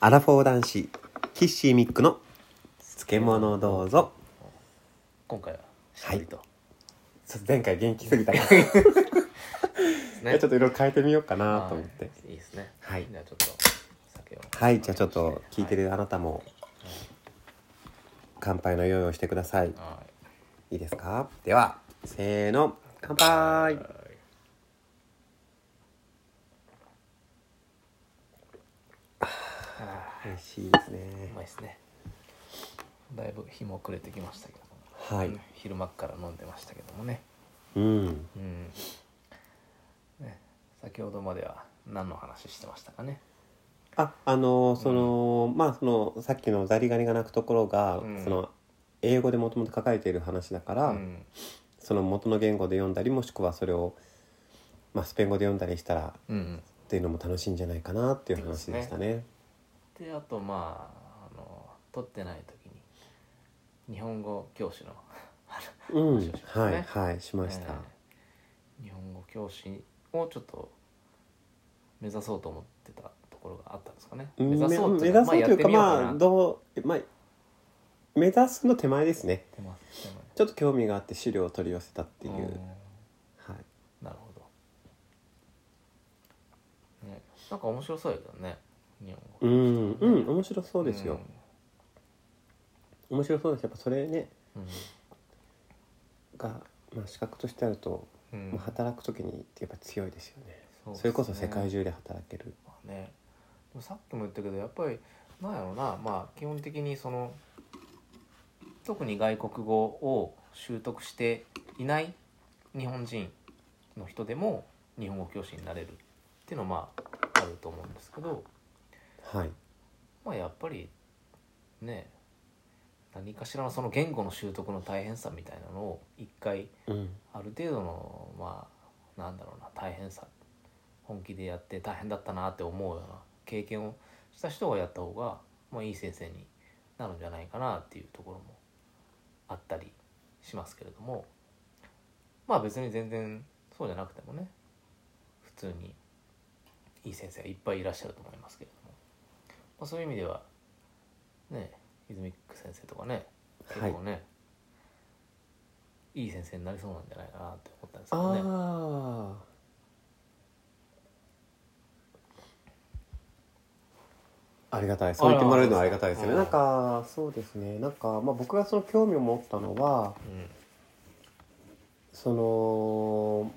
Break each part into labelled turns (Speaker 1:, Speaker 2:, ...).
Speaker 1: アラフォー男子キッシーミックの漬物どうぞ
Speaker 2: 今回はし
Speaker 1: はい
Speaker 2: りと、
Speaker 1: ちょっと前回元気すぎたから、
Speaker 2: です
Speaker 1: ちょっといろいろ変えてみようかなと思って
Speaker 2: はいいいですね
Speaker 1: はい
Speaker 2: じゃあちょっと酒を
Speaker 1: はいじゃあちょっと聞いて
Speaker 2: る
Speaker 1: るあなたも乾杯の用意をしてください
Speaker 2: はい
Speaker 1: いですかではせーの乾
Speaker 2: はい
Speaker 1: 杯美味しいです
Speaker 2: う
Speaker 1: ね
Speaker 2: まいですねだいぶ日も暮れてきましたけど
Speaker 1: はい
Speaker 2: 昼間っから飲んでましたけどもね
Speaker 1: うん
Speaker 2: うんね先ほどまでは何の話してましたかね
Speaker 1: ああのーその、まあそのさっきのザリガニが鳴くところが、
Speaker 2: うん
Speaker 1: その英語でもともと書かれている話だから、
Speaker 2: うん
Speaker 1: その元の言語で読んだりもしくはそれを、まあ、スペイン語で読んだりしたら
Speaker 2: うん
Speaker 1: っていうのも楽しいんじゃないかなっていう話でしたね。
Speaker 2: であとまああの撮ってない時に日本語教師の
Speaker 1: うん、
Speaker 2: そうですね
Speaker 1: はいはいしました。
Speaker 2: えー日本語教師をちょっと目指そうと思ってたところがあったんですかね
Speaker 1: うん
Speaker 2: 目指そう
Speaker 1: 目指そうというか
Speaker 2: まあ
Speaker 1: まあ
Speaker 2: やってみようかな
Speaker 1: どうまあ目指すの手前ですね。
Speaker 2: 手間手間
Speaker 1: ちょっと興味があって資料を取り寄せたっていう。
Speaker 2: うん
Speaker 1: はい。
Speaker 2: なるほど、ね、なんか面白そうやけどね日
Speaker 1: う
Speaker 2: 本語
Speaker 1: んうん面白そうですよ。
Speaker 2: う
Speaker 1: 面白そうですやっぱそれね
Speaker 2: ん
Speaker 1: がまあ資格としてあると、
Speaker 2: うん
Speaker 1: まあ、働く時にやっぱ強いですよね。
Speaker 2: うですね
Speaker 1: それこそ世界中で働ける。
Speaker 2: まあね、でもさっきも言ったけどやっぱりなんやろうな、まあ、基本的にその特に外国語を習得していない日本人の人でも日本語教師になれるっていうのはまああると思うんですけど、
Speaker 1: はい。
Speaker 2: まあ、やっぱりね何かしらのその言語の習得の大変さみたいなのを一回
Speaker 1: うん
Speaker 2: ある程度のまあなんだろうな大変さ本気でやって大変だったなって思うような経験をした人がやった方が、まあ、いい先生になるんじゃないかなっていうところもあったりしますけれどもまあ別に全然そうじゃなくてもね普通にいい先生がいっぱいいらっしゃると思いますけれども、まあ、そういう意味ではね泉久先生とかね結
Speaker 1: はい
Speaker 2: 構ね、いい先生になりそうなんじゃないかなって思ったんですけどね。
Speaker 1: ああ。ありがたい。そう言ってもらえるのはありがたいですよね。
Speaker 2: あ
Speaker 1: な
Speaker 2: ら
Speaker 1: んか、そうですね。なんか、まあ、僕がその興味を持ったのは、
Speaker 2: うん
Speaker 1: その。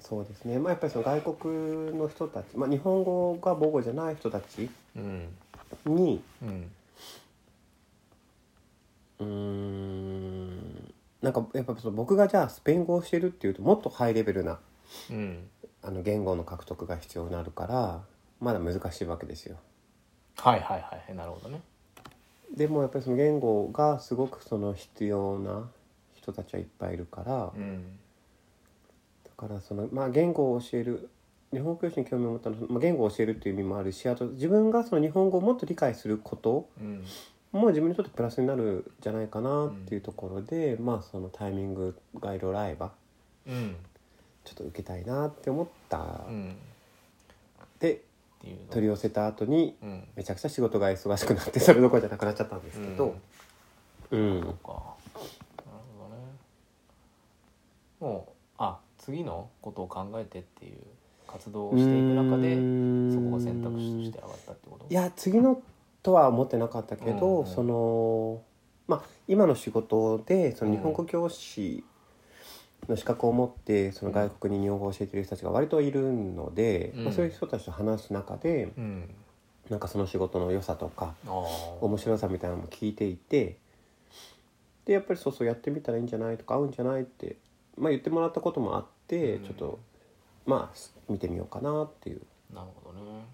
Speaker 1: そうですね。まあ、やっぱりその外国の人たち、まあ、日本語が母語じゃない人たち
Speaker 2: うん
Speaker 1: に。
Speaker 2: うん
Speaker 1: うーん。なんか、やっぱ、その僕がじゃあ、スペイン語をしてるっていうと、もっとハイレベルな。
Speaker 2: うん
Speaker 1: あの言語の獲得が必要になるからまだ難しいわけですよ
Speaker 2: はいはいはいなるほどね
Speaker 1: でもやっぱりその言語がすごくその必要な人たちはいっぱいいるから
Speaker 2: うん
Speaker 1: だからそのまあ言語を教える日本語教師に興味を持ったのは、まあ、言語を教えるっていう意味もあるしあと自分がその日本語をもっと理解すること
Speaker 2: うん
Speaker 1: も自分にとってプラスになるんじゃないかなっていうところで、まあそのタイミングがいろいろ合えば
Speaker 2: うん
Speaker 1: ちょっと受けたいなって思った
Speaker 2: うん
Speaker 1: で
Speaker 2: っていうの
Speaker 1: 取り寄せた後に
Speaker 2: うん
Speaker 1: めちゃくちゃ仕事が忙しくなってそれどころじゃなくなっちゃったんですけど。
Speaker 2: うん
Speaker 1: うん、
Speaker 2: かなるほどねもうあ次のことを考えてっていう活動をしていく中でそこが選択肢として上がったってこと
Speaker 1: いや次のとは思ってなかったけど、
Speaker 2: うんうん
Speaker 1: そのまあ今の仕事でその日本語教師の資格を持ってその外国に日本語を教えてる人たちが割といるので、
Speaker 2: うん
Speaker 1: まあ、そういう人たちと話す中で
Speaker 2: うん
Speaker 1: なんかその仕事の良さとか
Speaker 2: ああ
Speaker 1: 面白さみたいなのも聞いていてでやっぱりそうそうやってみたらいいんじゃないとか合うんじゃないって、まあ、言ってもらったこともあって、
Speaker 2: うん
Speaker 1: ちょっとまあ見てみようかなっていう。
Speaker 2: なるほどね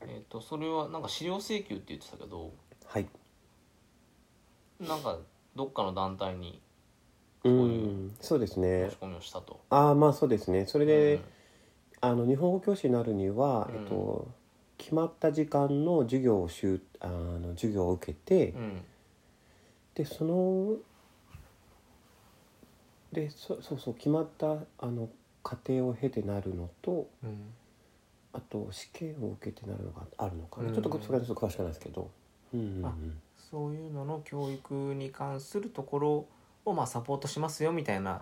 Speaker 2: えっ、とそれはなんか資料請求って言ってたけど
Speaker 1: はい
Speaker 2: なんかどっかの団体に
Speaker 1: う、
Speaker 2: こういうん
Speaker 1: そうですね
Speaker 2: 申し込みをしたと、
Speaker 1: ああまあそうですねそれで、
Speaker 2: うん
Speaker 1: あの日本語教師になるには、
Speaker 2: うん
Speaker 1: えっと、決まった時間の授業をしゅあの授業を受けて、
Speaker 2: うん
Speaker 1: でそのでそそうそう決まったあの過程を経てなるのと
Speaker 2: うん
Speaker 1: あと試験を受けてなるのがあるのかな、
Speaker 2: うん
Speaker 1: ちょっとそれはちょっと詳しくないですけど、うんうんうん
Speaker 2: あそういうのの教育に関するところをまあサポートしますよみたいな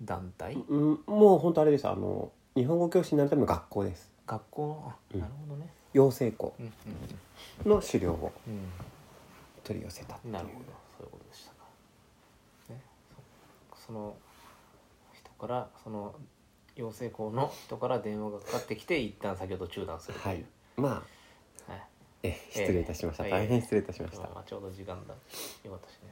Speaker 2: 団体、
Speaker 1: うん、もう本当あれですあの日本語教師になるための学校です
Speaker 2: 学校あ
Speaker 1: うん
Speaker 2: なるほどね、
Speaker 1: 養成校
Speaker 2: うん
Speaker 1: の資料を
Speaker 2: うんうん
Speaker 1: 取り寄せたっていう
Speaker 2: なるほどそういうことでしたか、ね、そその人からその養成校の人から電話がかかってきて一旦先ほど中断すると
Speaker 1: は
Speaker 2: いう、
Speaker 1: いまあ
Speaker 2: はい
Speaker 1: え失礼いたしました、
Speaker 2: ええ
Speaker 1: 大変失礼いたしました、
Speaker 2: まあちょうど時間だよかったしね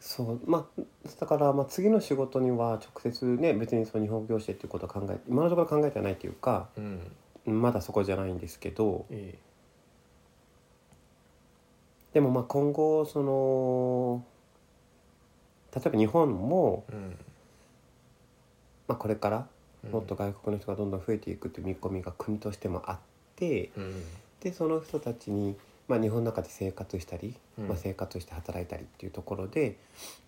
Speaker 1: そうまあだから、まあ、次の仕事には直接ね別にその日本語教師っていうことは考え今のところ考えてはないというか
Speaker 2: うん
Speaker 1: まだそこじゃないんですけど
Speaker 2: ええ
Speaker 1: でもまあ今後その例えば日本も、
Speaker 2: うん
Speaker 1: まあ、これから
Speaker 2: うん
Speaker 1: もっと外国の人がどんどん増えていくという見込みが国としてもあって
Speaker 2: うん
Speaker 1: でその人たちに、まあ、日本の中で生活したり、
Speaker 2: うん
Speaker 1: まあ、生活して働いたりっていうところで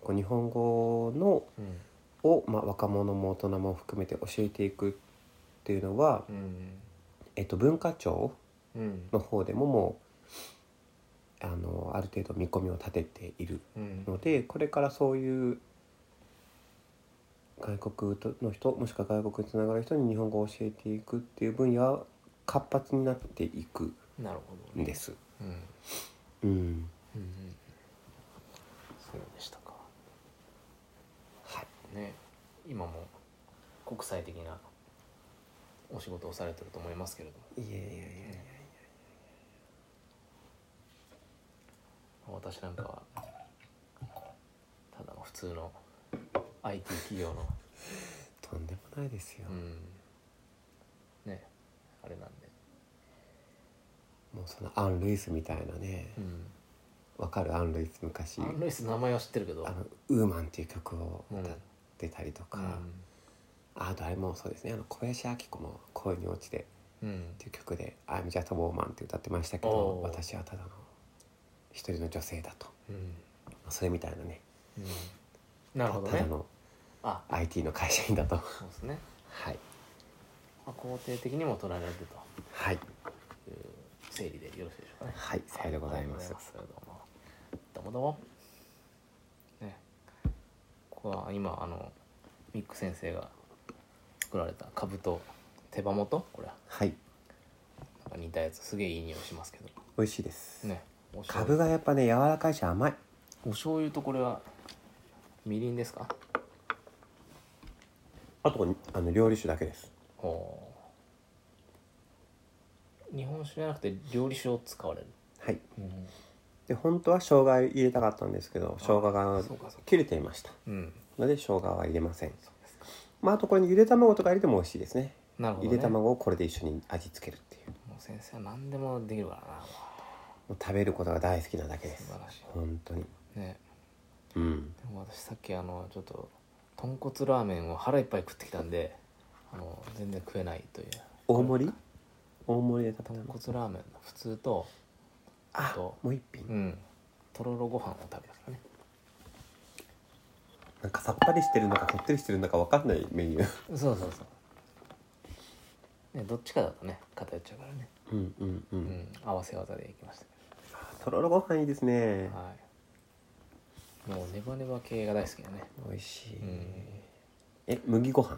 Speaker 1: こう日本語の
Speaker 2: うん
Speaker 1: を、まあ、若者も大人も含めて教えていくっていうのは、
Speaker 2: うん
Speaker 1: えっと、文化庁
Speaker 2: うん
Speaker 1: の方でももうあのある程度見込みを立てている
Speaker 2: うん
Speaker 1: のでこれからそういう外国との人もしくは外国につながる人に日本語を教えていくっていう分野は活発になっていく
Speaker 2: なるほ
Speaker 1: ん
Speaker 2: どね
Speaker 1: です。
Speaker 2: うんうん
Speaker 1: うん
Speaker 2: うんそうでしたか
Speaker 1: はい、
Speaker 2: ね今も国際的なお仕事をされてると思いますけれども
Speaker 1: いやいやいやいや
Speaker 2: 私なんかはただの普通の IT 企業の
Speaker 1: とんでもないですよ、
Speaker 2: うんねあれなんで
Speaker 1: もうそのアン・ルイスみたいなね
Speaker 2: うん
Speaker 1: わかるアン・ルイス昔
Speaker 2: アン・ルイスの名前は知ってるけど
Speaker 1: あの「ウーマン」っていう曲を
Speaker 2: うん
Speaker 1: 歌ってたりと
Speaker 2: う
Speaker 1: か、
Speaker 2: ん
Speaker 1: あとあれもそうですねあの小林明子も「恋に落ちて」
Speaker 2: うん
Speaker 1: っていう曲で「I'm just a woman」って歌ってましたけ
Speaker 2: お
Speaker 1: ど
Speaker 2: う
Speaker 1: 私はただの一人の女性だと
Speaker 2: うん
Speaker 1: それみたいなね
Speaker 2: うんなるほど
Speaker 1: ただ
Speaker 2: ね
Speaker 1: の
Speaker 2: あ
Speaker 1: IT の会社員だ と
Speaker 2: そうですね
Speaker 1: はい
Speaker 2: まあ肯定的にも捉えられる
Speaker 1: はい
Speaker 2: という整理でよろしいでしょうかね
Speaker 1: はいさようでございます
Speaker 2: ありがとうございますどうもどうもねここは今あのミック先生が作られた株と手羽元これは
Speaker 1: はい
Speaker 2: なんか似たやつすげえいい匂いしますけど
Speaker 1: 美味しいです
Speaker 2: ねお醤油
Speaker 1: 株がやっぱね柔らかいし甘い
Speaker 2: お醤油とこれはみりんですか
Speaker 1: あとあの料理酒だけです
Speaker 2: ほう日本酒じゃなくて料理酒を使われる、
Speaker 1: はい
Speaker 2: うん
Speaker 1: で本当は生姜入れたかったんですけど生姜が
Speaker 2: そうかそうか
Speaker 1: 切れていました
Speaker 2: うん、
Speaker 1: ので生姜は入れませんまああとこれにゆで卵とか入れても美味しいですね
Speaker 2: なるほど、
Speaker 1: ゆ
Speaker 2: ね、
Speaker 1: で卵をこれで一緒に味付けるっていう
Speaker 2: もう先生は何でもできるからな
Speaker 1: もう食べることが大好きなだけで
Speaker 2: 素
Speaker 1: す
Speaker 2: 晴らし
Speaker 1: 本当に
Speaker 2: いね
Speaker 1: うん
Speaker 2: でも私さっきあのちょっと豚骨ラーメンを腹いっぱい食ってきたんであの全然食えないという
Speaker 1: 大盛り大盛りで食べ
Speaker 2: 豚
Speaker 1: たの
Speaker 2: 骨ラーメンの普通と
Speaker 1: あ
Speaker 2: と
Speaker 1: もう一品
Speaker 2: うんとろろご飯を食べたからね
Speaker 1: なんかさっぱりしてるのかこってりしてるのか分かんないメニュー
Speaker 2: そうそうそうねどっちかだとね偏っちゃうからね
Speaker 1: うんうんう
Speaker 2: うんん合わせ技でいきました
Speaker 1: とろろご飯いいですね
Speaker 2: はい。もうネバネバ系が大好きだね。
Speaker 1: 美味しい
Speaker 2: うん
Speaker 1: え麦ご飯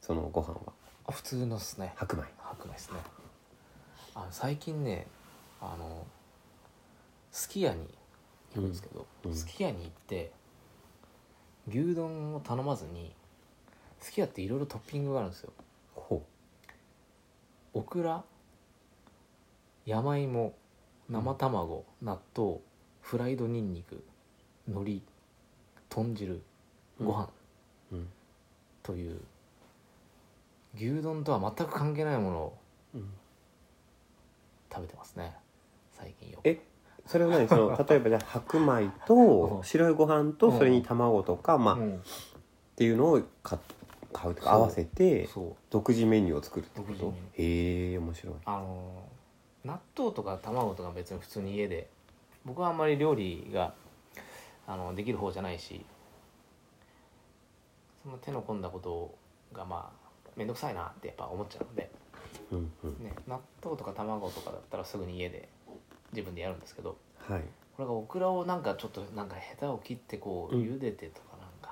Speaker 1: そのご飯は
Speaker 2: あ普通のっすね。
Speaker 1: 白米
Speaker 2: 白米ですね。あの最近ね、あのすき家に行くんですけど
Speaker 1: うんう、ん
Speaker 2: すき家に行って牛丼を頼まずに、すき家っていろいろトッピングがあるんですよ。
Speaker 1: ほ
Speaker 2: オクラ、山芋、生卵、納豆、フライドニンニク、海苔、豚汁、ご飯。
Speaker 1: ううん
Speaker 2: という牛丼とは全く関係ないものを
Speaker 1: うん
Speaker 2: 食べてますね最近よく
Speaker 1: えそれは何その 例えばじゃあ白米と白いご飯と
Speaker 2: うん
Speaker 1: それに卵とかまあ
Speaker 2: う
Speaker 1: っ
Speaker 2: ん
Speaker 1: ていうのを買買うとか合わせて
Speaker 2: そう
Speaker 1: 独自メニューを作るってこ
Speaker 2: 独
Speaker 1: と
Speaker 2: 自メ
Speaker 1: へえ面白い
Speaker 2: あのー納豆とか卵とか別に普通に家で僕はあんまり料理があのできる方じゃないしその手の込んだことがまあ面倒くさいなってやっぱ思っちゃうので
Speaker 1: うんうん
Speaker 2: ね、納豆とか卵とかだったらすぐに家で自分でやるんですけど
Speaker 1: はい
Speaker 2: これがオクラをなんかちょっとなんかヘタを切ってこう
Speaker 1: うん
Speaker 2: 茹でてとかなんか、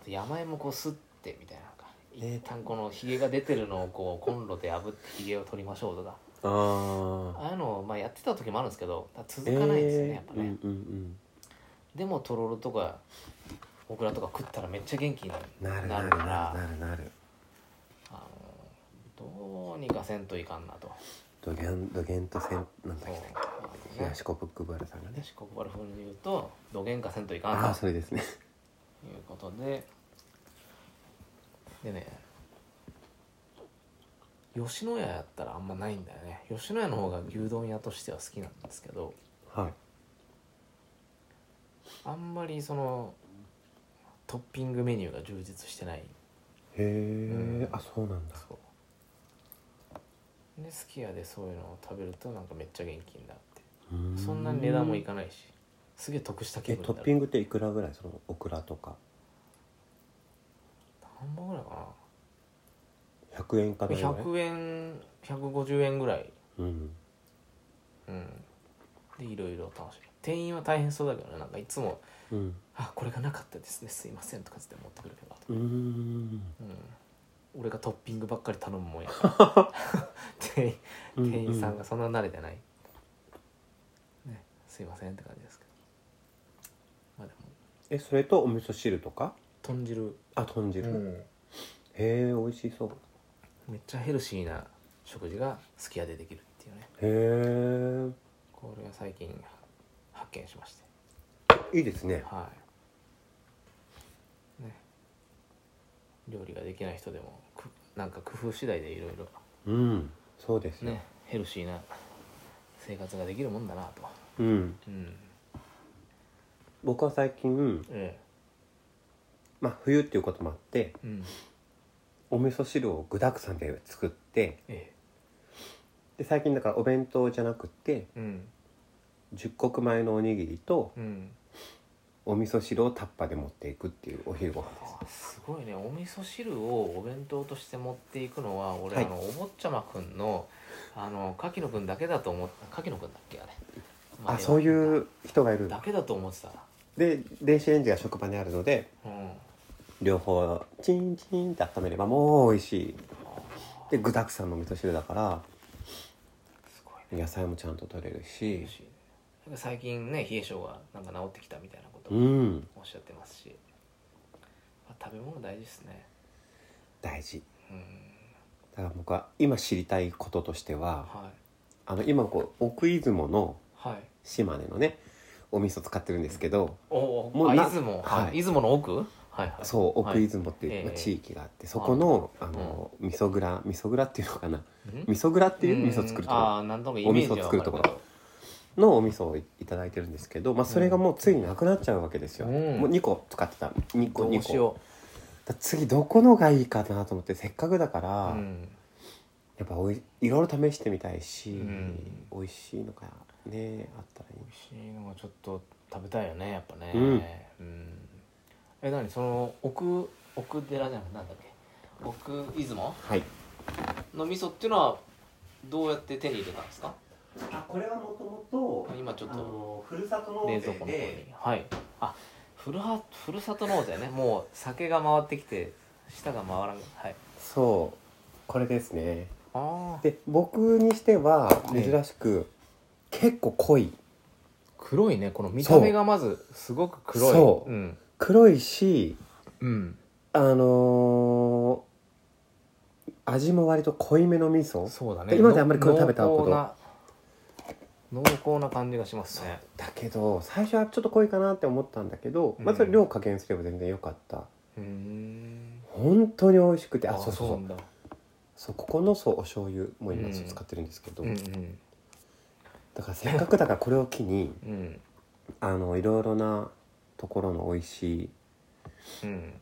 Speaker 2: あと山芋こうすってみたいななんか
Speaker 1: えー
Speaker 2: 一旦このひげが出てるのをこうコンロで炙ってひげを取りましょうとか
Speaker 1: あー
Speaker 2: ああいうのをまあやってた時もあるんですけど続かないですよね、
Speaker 1: えー
Speaker 2: やっぱね、
Speaker 1: うんうん
Speaker 2: でもとろろとかオクラとか食ったらめっちゃ元気に
Speaker 1: うんなる
Speaker 2: な
Speaker 1: な
Speaker 2: る
Speaker 1: る
Speaker 2: か
Speaker 1: かららなるなる
Speaker 2: あのどうにかせんといかんなと
Speaker 1: ドゲンドゲンとせんなんだ
Speaker 2: そ
Speaker 1: っ
Speaker 2: う
Speaker 1: け
Speaker 2: あのね
Speaker 1: 東コブックバルさんがね
Speaker 2: 私ここから風に言うとどげんかせんといかん
Speaker 1: あ
Speaker 2: な
Speaker 1: あ
Speaker 2: と
Speaker 1: それですね
Speaker 2: いうことででね吉野家やったらあんまないんだよね吉野家の方が牛丼屋としては好きなんですけど
Speaker 1: はい
Speaker 2: あんまりそのトッピングメニューが充実してない
Speaker 1: へえ
Speaker 2: うん
Speaker 1: あそうなんだ
Speaker 2: そうで好き家でそういうのを食べるとなんかめっちゃ元気になって
Speaker 1: うーん
Speaker 2: そんなに値段もいかないしすげえ得した気
Speaker 1: え
Speaker 2: 分
Speaker 1: ト
Speaker 2: にな
Speaker 1: ッピン
Speaker 2: る
Speaker 1: グっていくらぐらいそのオクラとか
Speaker 2: 何本ぐらいか
Speaker 1: 100円か
Speaker 2: な
Speaker 1: ない
Speaker 2: 100円150円ぐらい
Speaker 1: うん
Speaker 2: うんでいろいろ楽しみ店員は大変そうだけどねなんかいつも
Speaker 1: うん
Speaker 2: 「あこれがなかったですねすいません」とかつって持ってくるけど、
Speaker 1: うーん
Speaker 2: うん、俺がトッピングばっかり頼むもんやから 店員店員さんがそんな慣れてない、ね、すいませんって感じですけどまあでも
Speaker 1: えそれとお味噌汁とか
Speaker 2: 豚汁、
Speaker 1: あ豚汁、へえ美味しそう
Speaker 2: めっちゃヘルシーな食事がすき家でできるっていうね
Speaker 1: へ
Speaker 2: これは最近発見しまして
Speaker 1: えいいですね
Speaker 2: はいね料理ができない人でもくなんか工夫次第でいろい
Speaker 1: うんそうです
Speaker 2: ろ
Speaker 1: よ、
Speaker 2: ねヘルシーな生活ができるもんだなと
Speaker 1: うん
Speaker 2: うん
Speaker 1: 僕は最近
Speaker 2: え
Speaker 1: まあ冬っていうこともあって
Speaker 2: えうん
Speaker 1: お味噌汁を具だくさんで作って
Speaker 2: え
Speaker 1: で最近だからお弁当じゃなくて
Speaker 2: えうん
Speaker 1: 10穀米のおにぎりと
Speaker 2: うん
Speaker 1: お味噌汁をタッパで持っていくっていうお昼ご飯です
Speaker 2: あすごいねお味噌汁をお弁当として持っていくのは俺、
Speaker 1: はい
Speaker 2: あのお坊ちゃまくんのあの柿野くんだけだと思って柿野くんだっけあれ
Speaker 1: あそういう人がいるん
Speaker 2: だ
Speaker 1: だ
Speaker 2: けだと思ってた
Speaker 1: で電子レンジが職場にあるので
Speaker 2: うん
Speaker 1: 両方チンチンって温めればもう美味しいで具だくさんのお味噌汁だから
Speaker 2: すごいね
Speaker 1: 野菜もちゃんと取れるし
Speaker 2: 嬉しいねなんか最近ね冷え性がなんか治ってきたみたいなこと
Speaker 1: う
Speaker 2: も
Speaker 1: ん
Speaker 2: おっしゃってますし、まあ食べ物大事ですね
Speaker 1: 大事
Speaker 2: うん
Speaker 1: だから僕は今知りたいこととしては
Speaker 2: はい
Speaker 1: あの今こう奥出雲の
Speaker 2: はい
Speaker 1: 島根のねお味噌使ってるんですけど
Speaker 2: おお
Speaker 1: もう
Speaker 2: あ
Speaker 1: な
Speaker 2: 出雲、はい
Speaker 1: はい
Speaker 2: 出雲の奥はいはい
Speaker 1: そう
Speaker 2: は
Speaker 1: 奥
Speaker 2: い
Speaker 1: 出雲って
Speaker 2: え
Speaker 1: い
Speaker 2: え
Speaker 1: うまあ地域があってそこのあの味噌蔵味噌蔵っていうのかなん味噌蔵っていう味噌作るとこ
Speaker 2: ああーなんとなくイメージは
Speaker 1: お味噌作るところ
Speaker 2: わか
Speaker 1: のお味噌をいただいてるんですけど、まあ、それがもうついになくなっちゃうわけですよ、
Speaker 2: うん
Speaker 1: もう2個使ってた2個
Speaker 2: ど
Speaker 1: 2
Speaker 2: う
Speaker 1: 個
Speaker 2: しよ
Speaker 1: だ次どこのがいいかなと思ってせっかくだから
Speaker 2: う、、うん、
Speaker 1: やっぱおいいろいろ試してみたいし、
Speaker 2: うん
Speaker 1: 美味しいのかねあったらいい
Speaker 2: 美味しいのがちょっと食べたいよねやっぱね
Speaker 1: うん、
Speaker 2: うんえ何その奥奥寺じゃなくてなんだっけ奥出雲
Speaker 1: はい
Speaker 2: の味噌っていうのはどうやって手に入れたんですか
Speaker 1: あこれはもとも
Speaker 2: あ今ちょっとあ
Speaker 1: ふるさと
Speaker 2: 冷蔵庫の方にはいあふるはふるさと納税ねもう酒が回ってきて舌が回らんはい
Speaker 1: そうこれですね
Speaker 2: ああ
Speaker 1: で僕にしては珍しく、結構濃い
Speaker 2: 黒いねこの見
Speaker 1: そう
Speaker 2: た目がまずすごく黒い
Speaker 1: そう
Speaker 2: うん
Speaker 1: 黒いし
Speaker 2: うん
Speaker 1: あのー味も割と濃いめの味噌
Speaker 2: そうだね
Speaker 1: 今まであんまりこれ食べたこと
Speaker 2: 濃厚な濃厚な感じがしますね
Speaker 1: だけど最初はちょっと濃いかなって思ったんだけど、
Speaker 2: うん
Speaker 1: まず量加減すれば全然良かった
Speaker 2: うーん
Speaker 1: 本当に美味しくてあ
Speaker 2: あ
Speaker 1: そうそう
Speaker 2: そ
Speaker 1: そうう
Speaker 2: なんだ
Speaker 1: そうここのそうお醤油も今
Speaker 2: うん
Speaker 1: そう使ってるんですけど、
Speaker 2: うんうん
Speaker 1: だからせっかくだからこれを機に
Speaker 2: うん
Speaker 1: あのいろいろなところの美味しい
Speaker 2: うん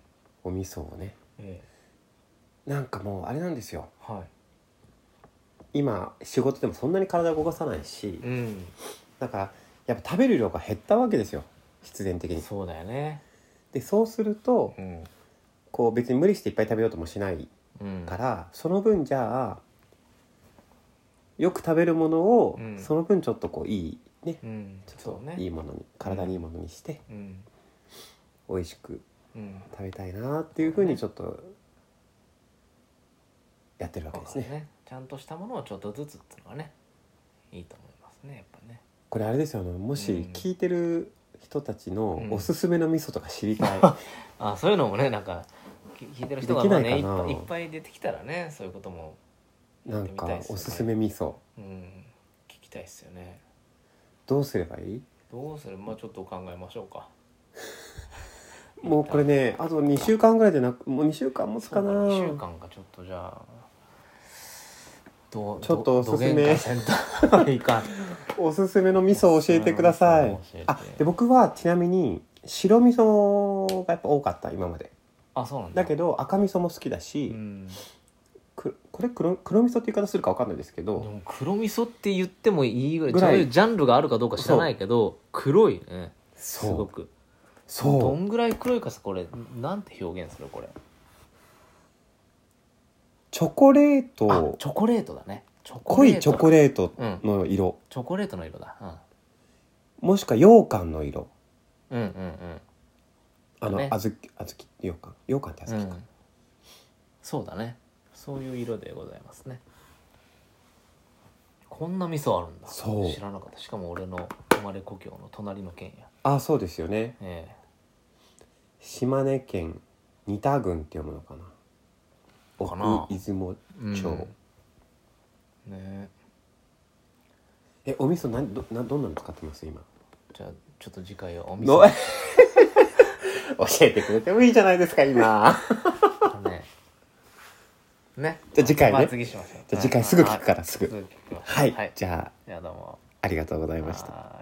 Speaker 1: お味噌をね
Speaker 2: ええ
Speaker 1: なんかもうあれなんですよ
Speaker 2: は
Speaker 1: 今仕事でもそんなに体動かさないし
Speaker 2: いうん
Speaker 1: だからやっぱ食べる量が減ったわけですよ必然的に
Speaker 2: そうだよね
Speaker 1: でそうすると
Speaker 2: うん
Speaker 1: こう別に無理していっぱい食べようともしない
Speaker 2: うん
Speaker 1: からその分じゃあよく食べるものを、
Speaker 2: うん
Speaker 1: その分ちょっとこういいね
Speaker 2: うん
Speaker 1: ちょっ
Speaker 2: そうね
Speaker 1: といいものに、体にいいものにして
Speaker 2: うん
Speaker 1: 美味しく
Speaker 2: うん
Speaker 1: 食べたいなっていうふうにちょっとやってるわけ
Speaker 2: そ
Speaker 1: で
Speaker 2: うですすね
Speaker 1: ね
Speaker 2: ちゃんとしたものをちょっとずつっていうのがねいいと思いますねやっぱね
Speaker 1: これあれですよねもし
Speaker 2: うん
Speaker 1: 聞いてる人たちの
Speaker 2: うん
Speaker 1: おすすめの味噌とか知り たい、
Speaker 2: あそういうのもねなんかき聞いてる人が
Speaker 1: でき
Speaker 2: ま
Speaker 1: な
Speaker 2: あ
Speaker 1: い
Speaker 2: ねいっ
Speaker 1: かな
Speaker 2: ぱいいっぱい出てきたらねそういうことも、
Speaker 1: なんかおすすめ味噌
Speaker 2: うん、聞きたいですよね
Speaker 1: どうすればいい
Speaker 2: どうするまあちょっと考えましょうか
Speaker 1: もうこれねあと2週間ぐらいでなくもう2週間持つかな
Speaker 2: そうだね週間かちょっとじゃあどう
Speaker 1: ちょっとおすすめ
Speaker 2: どげんかせんといかん
Speaker 1: おすすめの味噌を教えてください
Speaker 2: おすすめの
Speaker 1: あ
Speaker 2: 味噌を教えて
Speaker 1: で僕はちなみに白味噌がやっぱ多かった今まで
Speaker 2: あそうなんだ
Speaker 1: だけど赤味噌も好きだし、
Speaker 2: うん、で
Speaker 1: くこれ黒黒味噌って言い方するか分かんないですけど、
Speaker 2: も黒味噌って言ってもいいぐらい
Speaker 1: ぐらい
Speaker 2: そういうジャンルがあるかどうか知らないけど黒いねすご
Speaker 1: そう
Speaker 2: くど
Speaker 1: そうん
Speaker 2: ぐらい黒いかさこれなんて表現するこれ
Speaker 1: チョコレー
Speaker 2: あ
Speaker 1: ト
Speaker 2: チョコレートだねチョコ
Speaker 1: 濃
Speaker 2: レー
Speaker 1: い
Speaker 2: ト
Speaker 1: チョコレート
Speaker 2: うん
Speaker 1: の色、
Speaker 2: チョコレートの色だ、
Speaker 1: もしくは羊羹の色
Speaker 2: うん、うんうん
Speaker 1: あの、
Speaker 2: ね
Speaker 1: あずきあずき羊羹羊羹ってあ
Speaker 2: う
Speaker 1: ず
Speaker 2: ん
Speaker 1: き
Speaker 2: う
Speaker 1: か、
Speaker 2: んそうだねそういう色でございますねこんな味噌あるんだ
Speaker 1: そう
Speaker 2: 知らなかったしかも俺の生まれ故郷の隣の県や
Speaker 1: あそうですよね
Speaker 2: え
Speaker 1: 島根県仁田郡って読むのかな
Speaker 2: かな
Speaker 1: 奥出雲
Speaker 2: えうん
Speaker 1: 超
Speaker 2: ねえ
Speaker 1: えお味噌何どなどんなの使ってます今
Speaker 2: じゃあちょっと次回はお味
Speaker 1: の
Speaker 2: 噌
Speaker 1: 教 えてくれてもいいじゃないですか 今
Speaker 2: だねね
Speaker 1: じゃあ次回ね
Speaker 2: まあ次しましょう
Speaker 1: じゃあ次回すぐ聞くから
Speaker 2: はい
Speaker 1: すぐ
Speaker 2: すぐ聞きます
Speaker 1: はい、
Speaker 2: はい
Speaker 1: じゃあ
Speaker 2: じゃあどうも
Speaker 1: ありがとうございました
Speaker 2: はーい